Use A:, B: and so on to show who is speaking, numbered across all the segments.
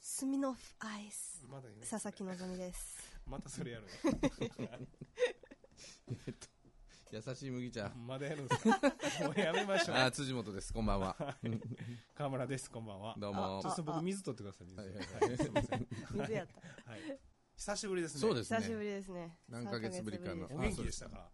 A: スミノフアイス。
B: まだいない
A: 佐々木希です。
B: またそれやる
C: えっと、優しい麦茶。
B: のまだやるんですかもうやめましょう
C: あ、辻本です。こんばんは。
B: 河村ですこんばんは
C: どうも
B: ちょっと僕水取ってください水
C: はいはい
B: はいすいません
A: 水やった。
B: はい久しぶりですね
C: そうですね。
A: 久しぶりですね。
C: 何ヶ月ぶりかな
A: 三ヶ
B: お元気でしたか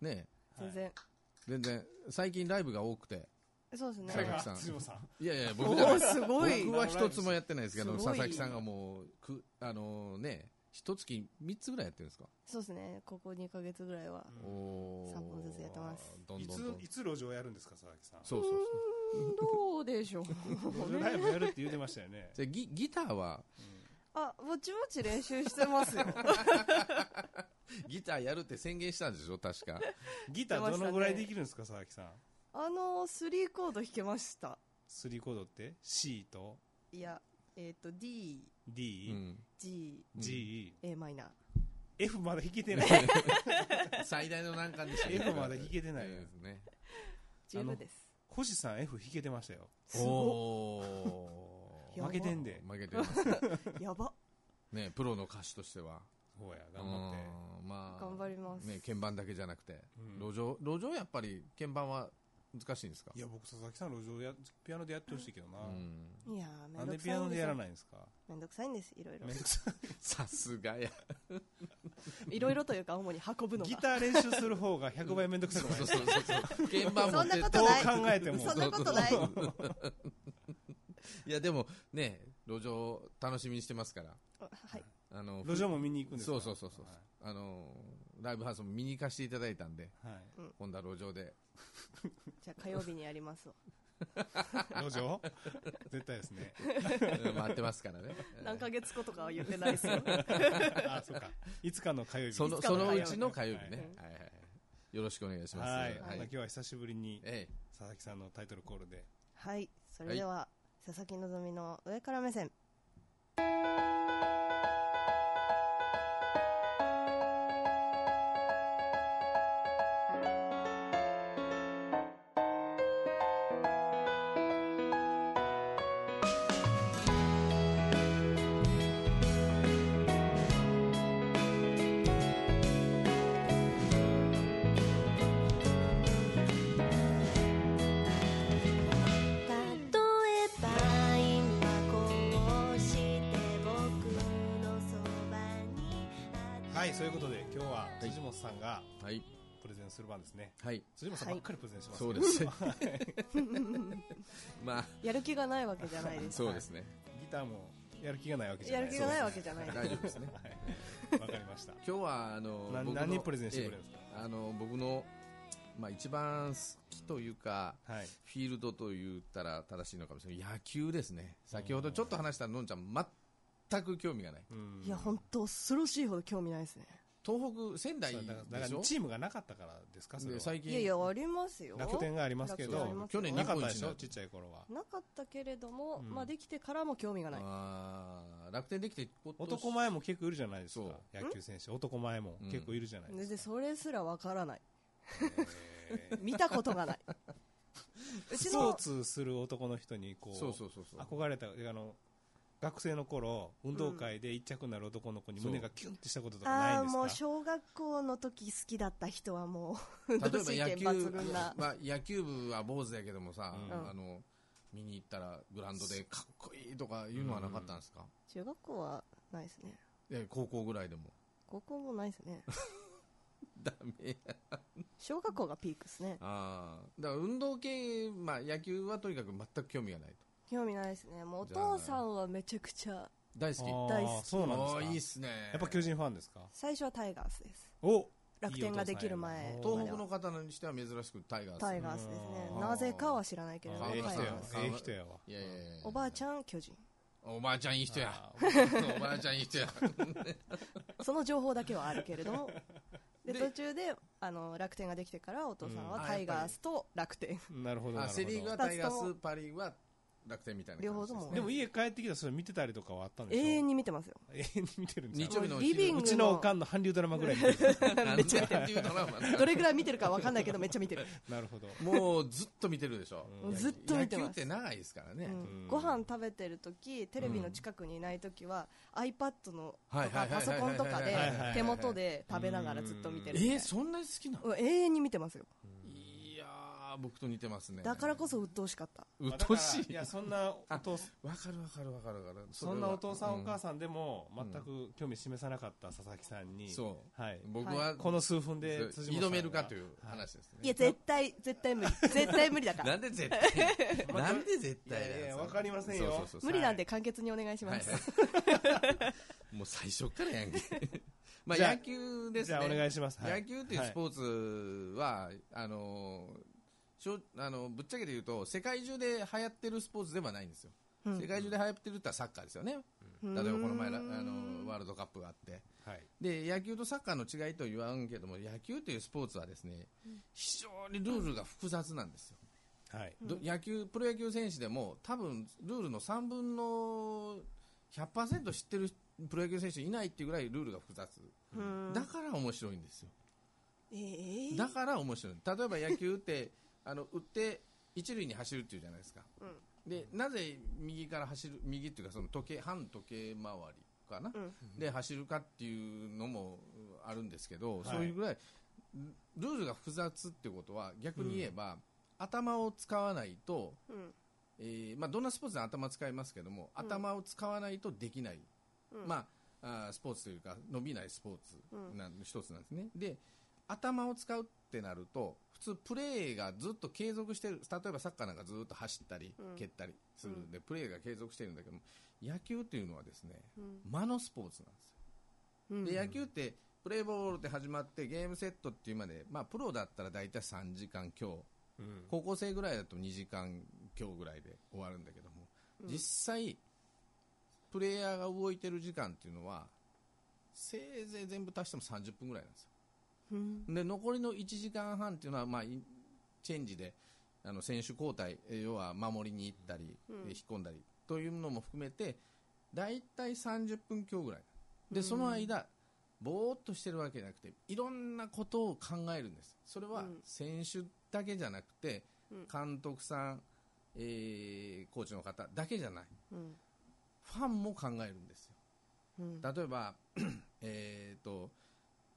C: ね
A: 月ぶりです全然。
C: 全然、最近ライブが多くて。
A: そうですね
B: それ。
C: は
B: が
C: い
B: 辻本さん
C: いやいや、
A: お
C: 僕じゃな
A: ー
C: い。
A: すごい
C: 僕。は一つもやってないですけど、
A: すごい
C: 佐々木さんがもう、く、あのね、一月三つぐらいやってるんですか。
A: そうですね。ここ2ヶ月ぐらいは。
C: おー
A: 三本ずつやってます。
C: どん
B: い
C: ど
B: つ
C: んどん。
B: いつ路上やるんですか佐々木さん
C: そうそうそう。
A: どうでしょう。
B: 路上ライブやるって言ってましたよね
C: じゃあギギターは、
A: あ、ぼちぼち練習してますよ。
C: ギターやるって宣言したんでしょ確か。
B: ギターどのぐらいできるんですか佐々木さん
A: あの、3コード弾けました。
B: スリーコードって C と
A: いや、えっと、D、
C: う
B: D、
C: ん。
A: G、
B: G、
A: A マイナー。
B: F まだ弾けてない
C: 最大の難関でした
B: F まだ弾けてない
C: ですね。
A: 十分です。
B: 星さん F 弾けてましたよ
C: お
A: や
C: ー
A: ば
B: 負けてんで
C: 負けてます
A: やば。
C: ねプロの歌手としては
B: そうや頑張って
C: うんまあ
A: 頑張ります
C: ね鍵盤だけじゃなくて
B: うん
C: 路上路上やっぱり鍵盤は難しいんですか
B: いや僕佐々木さん路上やピアノでやってほしいけどな、
C: うん
A: いやー、め
B: なんん
A: ど
B: で
A: くさ
B: ピ
A: い
B: ア
A: ん
B: ノ
A: で
B: ですやら
A: よ。
B: ないんですか
A: めんどくさいんです、いろいろ
B: めん。どくさい
C: さすがや
A: いろいろというか、主に運ぶの
B: ギ
A: が。
B: ター練習する方が100倍めんどくさくない
C: そうそうそうそう鍵盤持
A: そ
C: っ
A: ん
C: て
A: なこと
B: どう
A: ない。
B: 考えても
A: そんなことない。
C: いやでもね路上楽しみにしてますから
A: あはい。
C: あの
B: 路上も見に行くんですか
C: そうそうそうそうあのライブハウスも見に行かせていただいたんで
B: はい、
C: 今度は路上 で
A: じゃあ火曜日にやりますわ。
B: はい路上絶対ですね
C: うん回ってますからね
A: 何ヶ月後とかは言ってないですよ。
B: あそうかいつかの火曜日
C: その
A: いつか
C: そ
A: の
C: の
A: 火
C: う
A: 曜日
C: ちの火曜日ね、はいはいよろしくお願いします。
B: はい、まあ今日は久しぶりに
C: ええ
B: 佐々木さんのタイトルコールで
A: はい。それでは、佐々木希の上から目線。
D: 例えば今こうして僕のそばに
B: はいそういうことで今日は辻本さんが
C: はい、
B: プレゼンする番ですね
C: はい、
B: 辻本さん
A: は
B: ば
A: い
B: っかりプレゼンします、
C: そうで
B: ギ
C: す。まあ、
A: やる気がないわけじゃないです。
C: そうですね。
B: ターもやる気がないわけじゃ
A: や
B: ない
A: る気がないわけ
B: じ
A: じゃない。
C: 大丈夫ですね。
B: ゃわかりました
C: 今日は、あの、
B: な
C: 僕の
B: 何プレゼンしてくれるんですか
C: ええあの、僕の、まあ、一番好きというか、
B: はい
C: フィールドと言ったら正しいのかもしれない。野球ですね。先ほどちょっと話したのんちゃん、全く興味がない。
B: うん
A: いや、本当恐ろしいほど興味ないですね。
C: 東北、仙台
B: そう
C: で
B: だからだ
C: し
B: から
C: ょ
B: チームがなかったからですかそれ
C: で
B: は
C: 最
A: い
C: 近
A: やいや、ありますよ。
B: 楽天がありますけど
A: 楽天ありますよ
C: 去年
B: な
C: 日
B: か
C: 本
B: っ
C: 一
B: たでし
C: にな
B: ょ
C: っ
B: ちっちゃい頃は
A: なかったけれども、
B: うん
A: まあできてからも興味がない。
C: あー楽天できて今年
B: 男前も結構いるじゃないですか
C: そ
B: 野球選手男前も結構いるじゃないで
A: です
B: か、
A: それすらわからない。
B: えー
A: 見たことがない。うち
B: スポー
A: の、
B: ツする男の人にこう
C: そうそうそうそう
B: 憧れたあの学生の頃運動会で一着になる男の子に胸がキュンってしたこととかない
A: ああ
B: ん
A: ー、
B: です
A: もう
B: か
A: 小学校の時好きだった人はもう、運動神
C: 例えば
A: 経
C: 野球
A: 抜群な。
C: まあ、野球部は坊主やけどもさ、
A: うん
C: あの見に行ったらグラウンドでかっこいいとかいうのはなかったんですか、
A: 中学校はないですね。
C: え高校ぐらいでも
A: 高校もないですね。
C: ダメや
A: 小学校がピークですね。
C: あーだから運動系、まあ、野球はとにかく全く興味がないと
A: 興味ないですね。もうお父さんはめちゃくちゃ、
C: 大好き
B: あー
A: 大好き
B: そうなんです
C: あ
B: か
C: ーいいっすね
B: やっぱ巨人ファンですか
A: 最初はタイガースです。
B: お
A: 楽天ができる前
B: いいお父さん
C: 東
B: や
C: 北の方にしては珍しくタイガース
A: タイガースですね
B: う。ん
A: なぜかは知らないけれど
B: な
A: も、
C: あ
A: タ
B: ええ
A: イガ
B: 人やわ
A: ース。
C: はい
B: ええ人やわ
C: いやいやいや
A: おばあちゃん、巨人。
C: おばあちゃんいい人や おばあちゃんいい人や
A: その情報だけはあるけれども。で、途中で、あの、楽天ができてから、お父さんは
C: うんあ
A: タイガースと楽天。
B: なるほどな
C: あ
B: るほど
C: セ・リーグはタイガースパ・リーグは楽天みたいな
A: 両
C: 感
A: 方
C: じ
A: と
C: ですね、
A: も
B: でも家帰ってきたらそれ見てたりとかはあったんで
A: 永
B: しょ
A: 遠に見てますよ
B: 永遠に見てるんです
C: 日曜
B: か
C: 日のお
A: リ
C: 昼
A: ビング
B: うちのおかんの韓流ドラマぐらい見てる
C: なんだっていうドラマ
A: どれぐらい見てるかわかんないけどめっちゃ見て る、
B: なるほど
C: もうずっと見てるでしょ
A: うんずっと見てます
C: 野球って長いですからね、
A: うん
B: うん
A: ご飯食べてる時テレビの近くにいない時は、iPad の
C: は
A: と
C: いは
A: か
C: いはいは
A: パ
C: い
A: ソコンとかで
B: はいはいはい
A: 手元で食べながらずっと見てるみたい
C: えーそんなに好きなの、
A: うん永遠に見てますよ
C: いやー僕と似てますね
A: だからこそ鬱陶しかった
C: うっとうしい
B: いやそんなお父
C: わかるわかるわかるわかる
B: そんなお父さん、お母
C: さ
B: さんでも全く興味示さなかった佐々木さんに、
C: そ
B: はい、
C: ん僕は
B: この数分で辻本さんが
C: 挑めるかという話ですね
A: いや絶対絶対無 理絶対無理だか
C: な
A: ら
C: んで 絶対なんで絶
B: い
C: 対
B: やいやわかりませんよ
C: そうそうそう
A: 無理なんで簡潔にお願いし
C: は
A: ま
C: い
A: す、
C: はいもう最初からやん けまあ
B: じゃあ
C: 野球です
B: じゃ
C: ね
B: あお願いします、はい
C: 野球っていうスポーツは、あのしょあのぶっちゃけて言うと世界中で流行ってるスポーツではないんですよ、
A: うん
C: 世界中で流行ってるってのはサッカーですよね、
A: うん
C: 例えばこの前らあのワールドカップがあって
B: はい
C: で野球とサッカーの違いとは言わんけども野球というスポーツはですね非常にルールが複雑なんですよ、
B: はい
C: ど野球プロ野球選手でも多分ルールの3分の100%知ってるプロ野球選手いないっていうぐらいルールが複雑
A: うん
C: だから面白いんですよ
A: えー
C: だから面白い例えば野球って あの打って一塁に走るっていうじゃないですか、でなぜ右から走る右っていうかその時計反時計回りかな、
A: うん
C: で走るかっていうのもうんあるんですけ
B: は
C: ど、
B: い
C: そういうぐらいルルールが複雑っていうことは逆に言えば、頭を使わないと、
A: うん
C: えーまあ、どんなスポーツでも頭使いますけども頭を使わないとできない、
A: うん
C: まあ、あースポーツというか伸びないスポーツ
A: うん
C: なん一つなんですね。で頭を使うってなると普通プレーがずっと継続してる例えばサッカーなんかずっと走ったり
A: うん
C: 蹴ったりするんで、プレーが継続してるんだけども野球っていうのはですね
A: うん
C: 間のスポーツなんですよ
A: うん
C: で野球ってプレーボールで始まってゲームセットっていうまで、まあ、プロだったら大体3時間強
B: うん
C: 高校生ぐらいだと2時間強ぐらいで終わるんだけども、
A: うん
C: 実際プレイヤーが動いてる時間っていうのはせいぜい全部足しても30分ぐらいなんです
A: うん
C: よで残りの1時間半っていうのは、まあ、いチェンジであの選手交代え要は守りに行ったり、
A: うん
C: え引っ込んだりというのも含めて大体30分強ぐらいでその間、ぼーっとしてるわけじゃなくていろんなことを考えるんですそれは
A: うん
C: 選手だけじゃなくて、
A: うん
C: 監督さん、えーコーチの方だけじゃない
A: うん
C: ファンも考えるんですよ
A: うん
C: 例えば、 えーと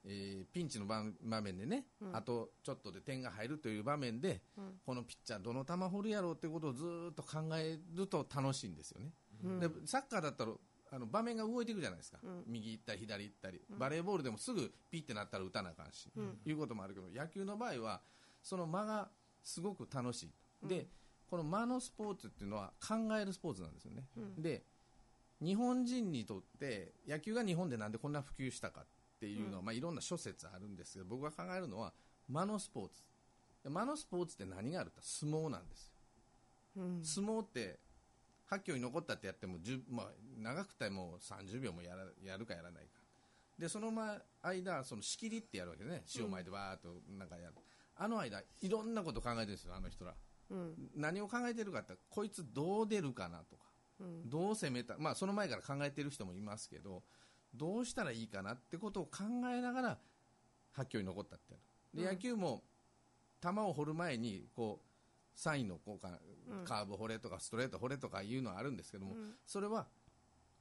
C: えーピンチの場場面でね、
A: うん
C: あとちょっとで点が入るという場面で、
A: うん
C: このピッチャーどの球掘るやろうということをずーっと考えると楽しいんですよね、
A: うん
C: でサッカーだったらあの場面が動いていくじゃないですか、
A: うん
C: 右行ったり左行ったり、バレーボールでもすぐピッてなったら打たなあかんし、
A: うん
C: いうこともあるけど野球の場合はその間がすごく楽しい、
A: うん
C: でこの間のスポーツっていうのは考えるスポーツなんですよね、
A: うん
C: で日本人にとって野球が日本でなんでこんな普及したかっていうのは、まあ、いろんな諸説あるんですけど僕が考えるのは間のスポーツで間のスポーツって何があるか相撲なんですよ
A: うん
C: 相撲って八挙に残ったってやっても、10まあ、長くても30秒もやらやるかやらないかでその前間その仕切りってやるわけね塩まいてわーっとなんかやる、あの間いろんなこと考えてるんですよあの人ら
A: うん
C: 何を考えてるかってこいつどう出るかなとか
A: うん
C: どう攻めた、まあ、その前から考えてる人もいますけどどうしたらいいかなってことを考えながら発狂に残ったってやるで、
A: うん
C: 野球も球を掘る前にこうサインの交換、
A: うん
C: カーブ掘れとかストレート掘れとかいうのはあるんですけども、
A: うん
C: それは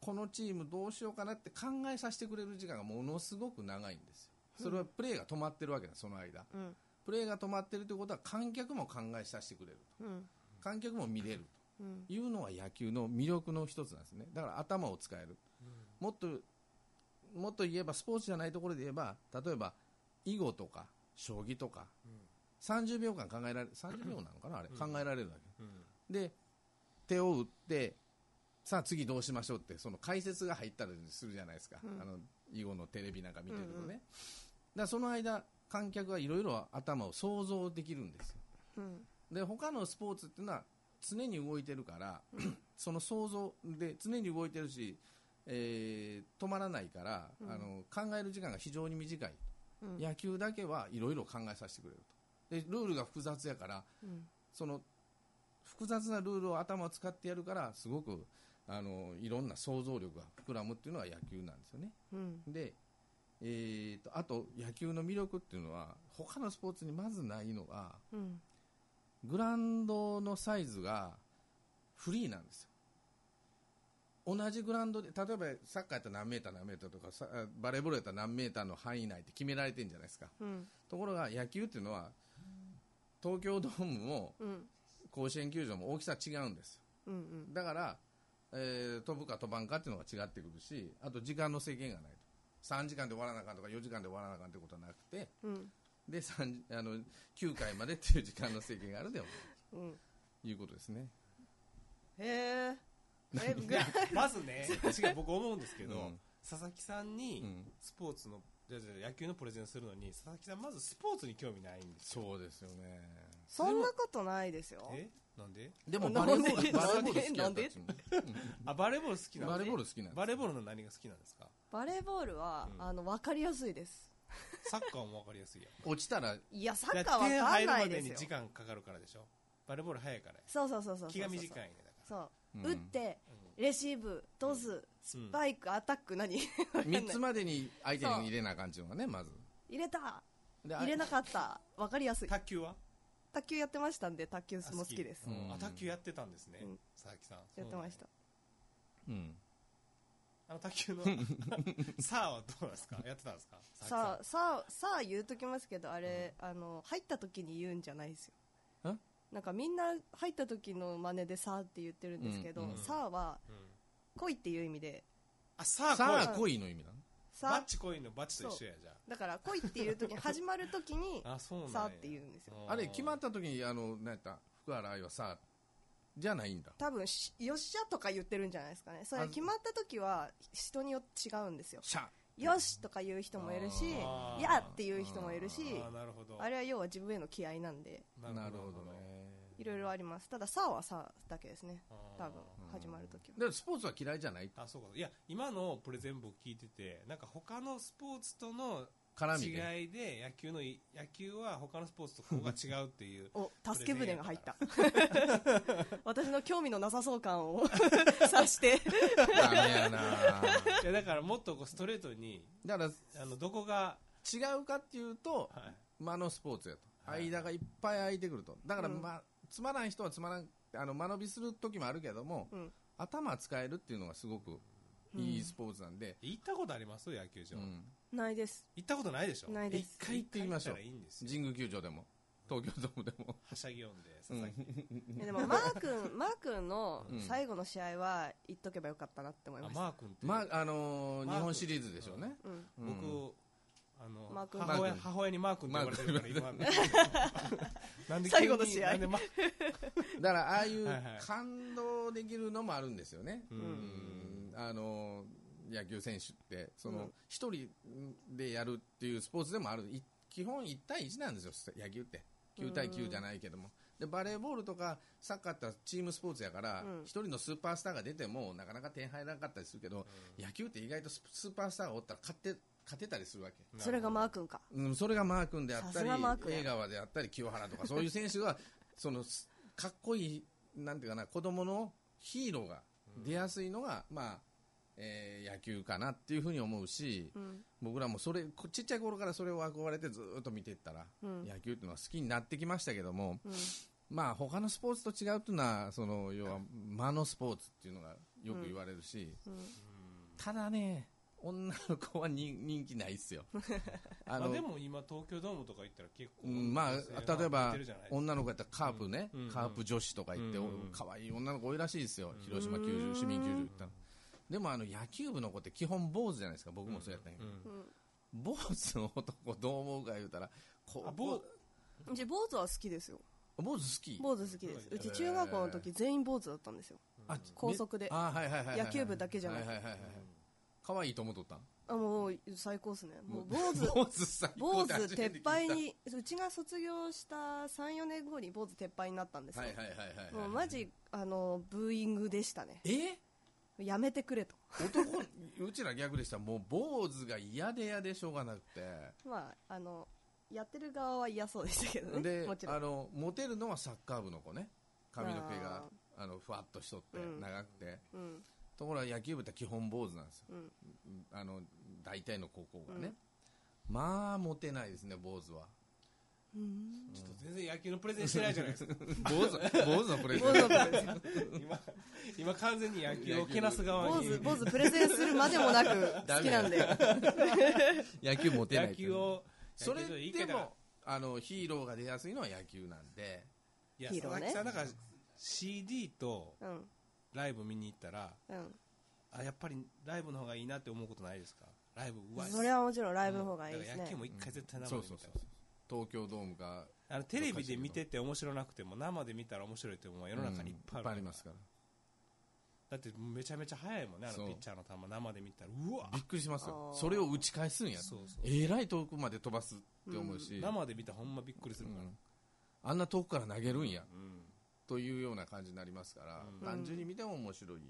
C: このチームどうしようかなって考えさせてくれる時間がものすごく長いんですよそれはプレーが止まってるわけだその間
A: うん
C: プレーが止まってるということは観客も考えさせてくれる
A: うん
C: 観客も見れると
A: うん
C: いうのは野球の魅力の一つなんですね。だから頭を使える。もっと、もっと言えばスポーツじゃないところで言えば、例えば、囲碁とか、将棋とか、30秒間考えられ、30秒なのかなあれ、考えられるだけ。
B: うん
C: で、手を打って、さあ次どうしましょうって、その解説が入ったりするじゃないですか。
A: うん
C: あの、囲碁のテレビなんか見てるとね。
A: うんうん
C: だからその間、観客はいろいろ頭を想像できるんですよ。
A: うん
C: で他のスポーツっていうのは常に動いてるから、その想像で常に動いてるし、えー止まらないから、
A: うん
C: あの考える時間が非常に短い、
A: うん
C: 野球だけはいろいろ考えさせてくれるとでルールが複雑やから
A: うん
C: その複雑なルールを頭を使ってやるからすごくあのいろんな想像力が膨らむっていうのは野球なんですよね。
A: うん
C: で、えー、とあと野球の魅力っていうのは他のスポーツにまずないのが
A: うん
C: グラウンドのサイズがフリーなんですよ。同じグラウンドで、例えばサッカーやったら何メーター何メーターとか、さバレーボールやったら何メーターの範囲内って決められてるんじゃないですか。
A: うん
C: ところが野球っていうのは、東京ドームも
A: うん
C: 甲子園球場も大きさ違うんですよ。
A: うんうん
C: だから、えー飛ぶか飛ばんかっていうのが違ってくるし、あと時間の制限がないと。3時間で終わらなあかんとか4時間で終わらなあかんってことはなくて、
A: うん
C: で、3あの9回までっていう時間の制限があるでよ、
A: うん
C: いうことですね。
A: へええぐらい
B: まずね、違う、僕思うんですけど、
C: うん
B: 佐々木さん
C: う
B: に
C: ん
B: スポーツの、じゃあじゃあ野球のプレゼンするのに、佐々木さんまずスポーツに興味ないんですよ。
C: そうですよね。
A: そんなことないですよ
B: えなんで
C: でも
A: な
C: バ
A: ん
C: レ
A: で
C: ーボール、バレーボール
A: な
C: 好きや
A: ん
C: った
A: で
C: っちゅうの
B: あ、バレーボール好き
C: うん
B: なん
C: バレ
B: で
C: ーボール好きなんです
B: バレーボールの何が好きなんですか
A: バレーボールは、
B: うん
A: あの分かりやすいです
B: サッカーもわかりやすいやん。
C: 落ちたら、
A: いやサ
B: だ
A: ッカ
B: か
A: ー
B: ら
A: 分
B: 点
A: か
B: 入
A: ん
B: るま
A: ない
B: で
A: です
B: に
A: よ
B: 時間かかるからでしょ。バレーボール早いからや
A: そうそうそうそうそう
B: 気が短いんやだか
A: そう
C: うん
A: 打ってレシーブトススパイク、アタック何
C: 3つまでに相手に入れなあかんちゅうのがね、まず。
A: 入れた
C: で
A: 入れなかった分かりやすい
B: ら。卓球は
A: 卓球やってましたんで卓球も好きです、
B: あうん
C: うん
B: あ、卓球やってたんですね
A: うん。
B: 佐々木さん。
A: やってました
C: うん。
B: あの卓球の、 さあはどうなんですかやってたんですか
A: さ
B: あ
A: あさあさあ言うときますけどあれ、あの入った時に言うんじゃないですよ
C: ん
A: なんかみんな入った時の真似でさあって言ってるんですけど、
C: うんうん
A: さあは
B: うん
A: 来いっていう意味で
B: あ、さあ
C: さ
B: 来い
C: あ、恋の意味なの
A: さ
B: バッ
A: あ
B: チコインのバッチと一緒やじゃ
A: だから来いっていう時に始まる時に
B: ああそうなんや
A: さあって言うんですよ
C: あれ、決まったた時に、あの、なんやった、福原愛はさあ、じゃないんだ。
A: 多分しよっしゃとか言ってるんじゃないですかねそれ
C: あ
A: 決まった時は人によって違うんですよ
C: シャ
A: よしとか言う人もいるし
B: あー
A: やっていう人もいるし
B: あーなるほど
A: あれは要は自分への気合なんで
C: なるほどね。
A: いろいろありますたださあはさあだけですね
B: あー
A: 多分始まる時は
C: だからスポーツは嫌いじゃない
B: あそうかいや今のプレゼン部を聞いててなんか他のスポーツとの
C: 絡みで。
B: 違いで野球のい野球は他のスポーツとここが違うっていう
A: お助け舟が入った私の興味のなさそう感を察して
C: ダメやな
B: いやだからもっとこうストレートに
C: だから、
B: あのどこが、
C: 違うかっていうと、
B: はい、
C: 間のスポーツやと。
B: はい
C: 間がいっぱい空いてくると。だから、
A: うん
C: ま、つまらん人はつまらん、あの、間延びする時もあるけども、
A: うん
C: 頭使えるっていうのがすごくいいスポーツなんで、
B: 行ったことあります野球場、
C: うん
A: ないです
B: 行ったことないでしょ
A: ないで
C: 一
A: す
C: 回行ってみましょう
B: 行ったらいいんですよ
C: 神宮球場でも東京ドームでも
B: はしゃぎ音で佐々木、
A: えでもマー君マー君の
C: うん
A: 最後の試合は言っとけばよかったなって思い
B: あ
A: ました、
B: マー君って、
C: まああのー
B: マーク
C: 日本シリーズでしょうね、
A: うん、
C: うん
B: 僕、あの
A: マー君
B: 母親
C: マー君
B: 母親にマー君って言われてるから今 なんで急に
A: 最後の試合
B: なんでマー
C: だからああいう
B: はいはい
C: 感動できるのもあるんですよね、
B: う
C: うん
B: ん
C: あのー野球選手ってそうの
A: ん
C: 一人でやるっていうスポーツでもあるい基本1対1なんですよ野球って9対9じゃないけどもでバレーボールとかサッカーってチームスポーツやから
A: うん
C: 一人のスーパースターが出てもなかなか点入らなかったりするけど野球って意外とススーパースターがおったら勝って勝てたりするわけ
A: それがマー君か
C: うん、それがマー君であった
A: さす
C: り
A: がマー君や
C: 江川であったり清原とかそういう選手がそのすかっこいいなんていうかな子供のヒーローが出やすいのが、まあえー野球かなっていうふうに思うし、
A: うん
C: 僕らもそれこちっちゃい頃からそれを憧れてずーっと見ていったら、
A: うん
C: 野球っていうのは好きになってきましたけども、
A: うん
C: まあ他のスポーツと違うっていうのはその要は間のスポーツっていうのがよく言われるし、
A: うん
C: ただね女の子はに人気ないっすよ あ
B: まあ、でも今東京ドームとか行ったら結構、
C: うんま
B: 女性は
C: あ、例え
B: 出
C: ば
B: てるじゃないですか
C: 女の子やったらカープね、
B: うん
C: カープ女子とか言って、
B: う
C: お
B: ん
C: 可愛い女の子多いらしいですよ、広島球
A: うん
C: 場、市民球場行ったの。でもあの野球部の子って基本坊主じゃないですか、僕もそうやったんやけど、
B: うん
C: 坊主の男どう思うか言うたら、こ
B: あ坊
A: うち坊主は好きですよ
C: 坊主好き
A: 坊主好きですうち中学校の時全員坊主だったんですよ
C: あ
A: 高速で
C: あ、はいはいはいはいはい
A: 野球部だけじゃなくて
C: はいはいはいはい可愛いと思っとったん
A: あもう最高っすねもう坊主
C: 坊主最高
A: 坊
C: っ
A: 主
C: て初め
A: 撤
C: て聞いた
A: 廃にうちが卒業した34年後に坊主撤廃になったんですよ、
C: はいはいはいはい
A: も
C: は
A: う
C: い
A: マジあのブーイングでしたね
C: え
A: やめてくれと
C: 男 うちら逆でしたもう坊主が嫌で嫌でしょうがなくて
A: まああのやってる側は嫌そうでしたけどね
C: で
A: もちろ
C: あ
A: ん
C: のモテるのはサッカー部の子ね髪の毛が
A: あ
C: あのふわっとしとって
A: うん
C: 長くて、
A: うん
C: ところが野球部って基本坊主なんですよ
A: うん
C: あの大体の高校がね、まあモテないですね坊主は
A: うん
B: ちょっと全然野球のプレゼンしてないじゃないです か。
C: 坊主坊主のプレゼ
A: 坊
C: ン
A: 主ですよ
B: 今、今完全に野球をけなす側
A: 坊
B: に
A: 主、坊主プレゼンするまでもなく
C: ダ
A: 好
C: メ
A: きなんで
C: 野球モテない
B: 野球を、
C: それ
B: 野球いい
C: で
B: けど
C: もあのヒーローが出やすいのは野球なんで
B: いや、
A: ヒー
B: 佐
A: ロー
B: 々
A: ね
B: 木さん、なんか CD と
A: うん
B: ライブ見に行ったら、
A: うん
B: あ、やっぱりライブの方がいいなって思うことないですかライブ、うわ
A: それはもちろんライブの方がいいです
B: だから野球
A: ね
B: も一回絶対生
C: そ
B: で
C: う
B: 見た
C: そ
B: いう
C: そう東京ドームが
B: あのテレビで見てて面白なくても生で見たら面白いってものは世の中にいっぱいある、
C: うんりますから
B: だってめちゃめちゃ速いもんねあ
C: そ
B: の
C: う
B: ピッチャーの球生で見たらうわ
C: びっくりしますよ
A: あー
C: それを打ち返すんや
B: そうそう
C: えらい遠くまで飛ばすって思うし、
B: 生で見たらほんまびっくりする
C: う
B: から、
C: んあんな遠くから投げるんや、
B: うん
C: というような感じになりますから、
B: うん
C: 単純に見ても面白い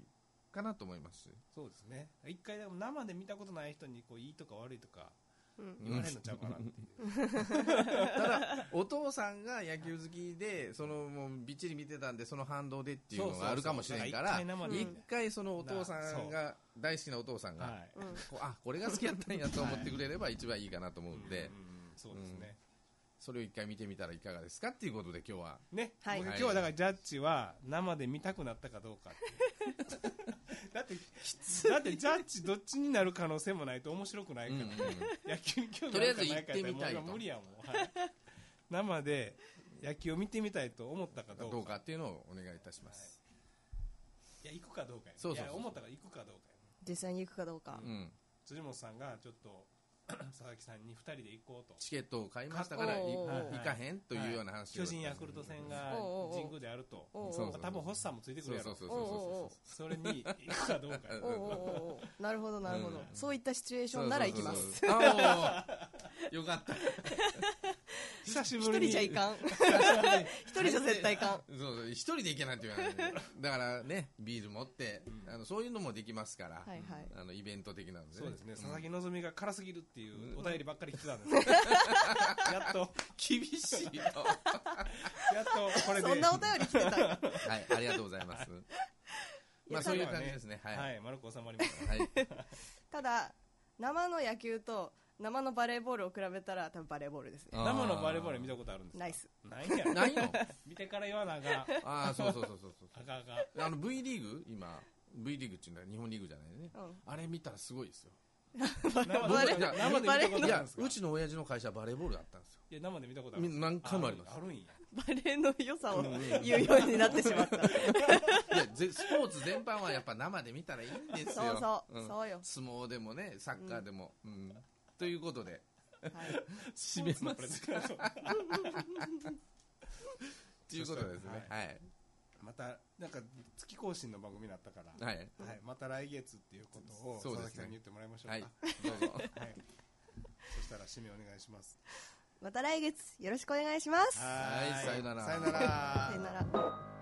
C: かなと思いますし、
B: そうですね一回でも生で見たことない人にこういいとか悪いとか
A: うん
B: 言われるのちゃうかなっていう、
C: ただ、お父さんが野球好きで、そのもうびっちり見てたんで、その反動でっていうのがあるかもしれんから、
B: そうそうそうだから一回生で
C: 一回、そのお父さんが、大好きなお父さんが、
B: はい
A: うん
C: こうあこれが好きやったんやと思ってくれれば、一番いいかなと思うんで
B: う、んそうですね、
C: それを一回見てみたらいかがですかっていうことで、今日は、
B: ね、
A: はい
B: 僕今日はだからジャッジは生で見たくなったかどうかって いうだってだってジャッジどっちになる可能性もないと面白くない
C: うん
B: か
C: う
B: ら、野
C: ん
B: 球に興味
C: と
B: あ
C: りあえ
B: る
C: ず
B: か
C: 行
B: ない
C: っ
B: か
C: てみたいと
B: やったらもう俺は無理やもん、はい、生で野球を見てみたいと思ったかどうか
C: どうかっていうのをお願いいたします。
B: いや行くかどうかやね
C: そうそうそう
B: いや思ったから行くかどうかやね
A: 実際に行くかどうか
C: うん、
B: 辻本さんがちょっと 佐々木さんに2人で行こうと
C: チケットを買いましたから、い
A: おー
C: 行かへんというような話を
B: 巨人ヤクルト戦が神宮であると
A: おうおう
C: そうそう
B: まあ多分星さんもついてく
C: そ
B: る
C: う
B: や
C: そう
B: ろ
C: そうそ
A: お
C: う
A: うおうお
C: そうう
B: それに行くかどうかや
A: おうおうおうおうなるほどなるほど、
C: うん
A: そういったシチュエーションなら行きます
C: そうそうそうあーよかった。
B: 久し
A: 一
B: ぶりに
A: 人じゃいかん一人じゃ絶 対いかん
C: そうそう、一人で行けないって言わない。だからね、ビール持って、あの、そういうのもできますから、
A: はいはい
C: あの、イベント的なんで、
B: そうですね、佐々
C: 木。
B: 木希が辛すぎるっていうお便りばっかり来てたん ですけどやっと、
C: 厳しいよ。
B: やっとこれで、
A: そんなお便り来てたん
C: はい、ありがとうございます。まあ、そういう感じですね。は。
B: はいい、
C: はい。
B: 丸く収まりました。
A: ただ生の野球と生のバレーボールを比べたら多分バレーボールですね
C: あ ー
B: 生のバレーボール見たことあるんですか
A: ナイス
B: ないんやろ
C: ないの
B: 見てから言わなあかんあ
C: ああ、そうそうそうそうそう。
B: かんあか
C: あの、V リーグ今、V リーグっていうのは日本リーグじゃないね。
A: うん
C: あれ見たらすごいですよ。
B: ん生で
C: いや
B: 生で見たことあ
C: い
B: るん
C: や
B: で、すか
C: うちの親父の会社バレーボールだったんですよ。
B: いや生で見たことある
C: み何回もあります
B: あるんや
A: バレーの良さを言うようになってしまった
C: いやぜスポーツ全般はやっぱ生で見たらいいんです よ
A: そうそう、
C: ん
A: そうよ、
C: 相撲でもねサッカーでも、うんということで
A: はい、
C: 締め
B: スポー
C: ます
B: ツ のプレゼント
C: ということですねはい
B: またなんか月更新の番組になったから、
C: はい、
B: はい、また来月っていうことを
C: そう
B: 佐
C: です
B: 々木さ
C: ね
B: んに言ってもらいましょうか、
C: は
B: はいい、
C: どうぞ
B: そしたら締めお願いします
A: また来月よろしくお願いします
C: はいさよなら
B: さよなら
A: さよなら
D: 「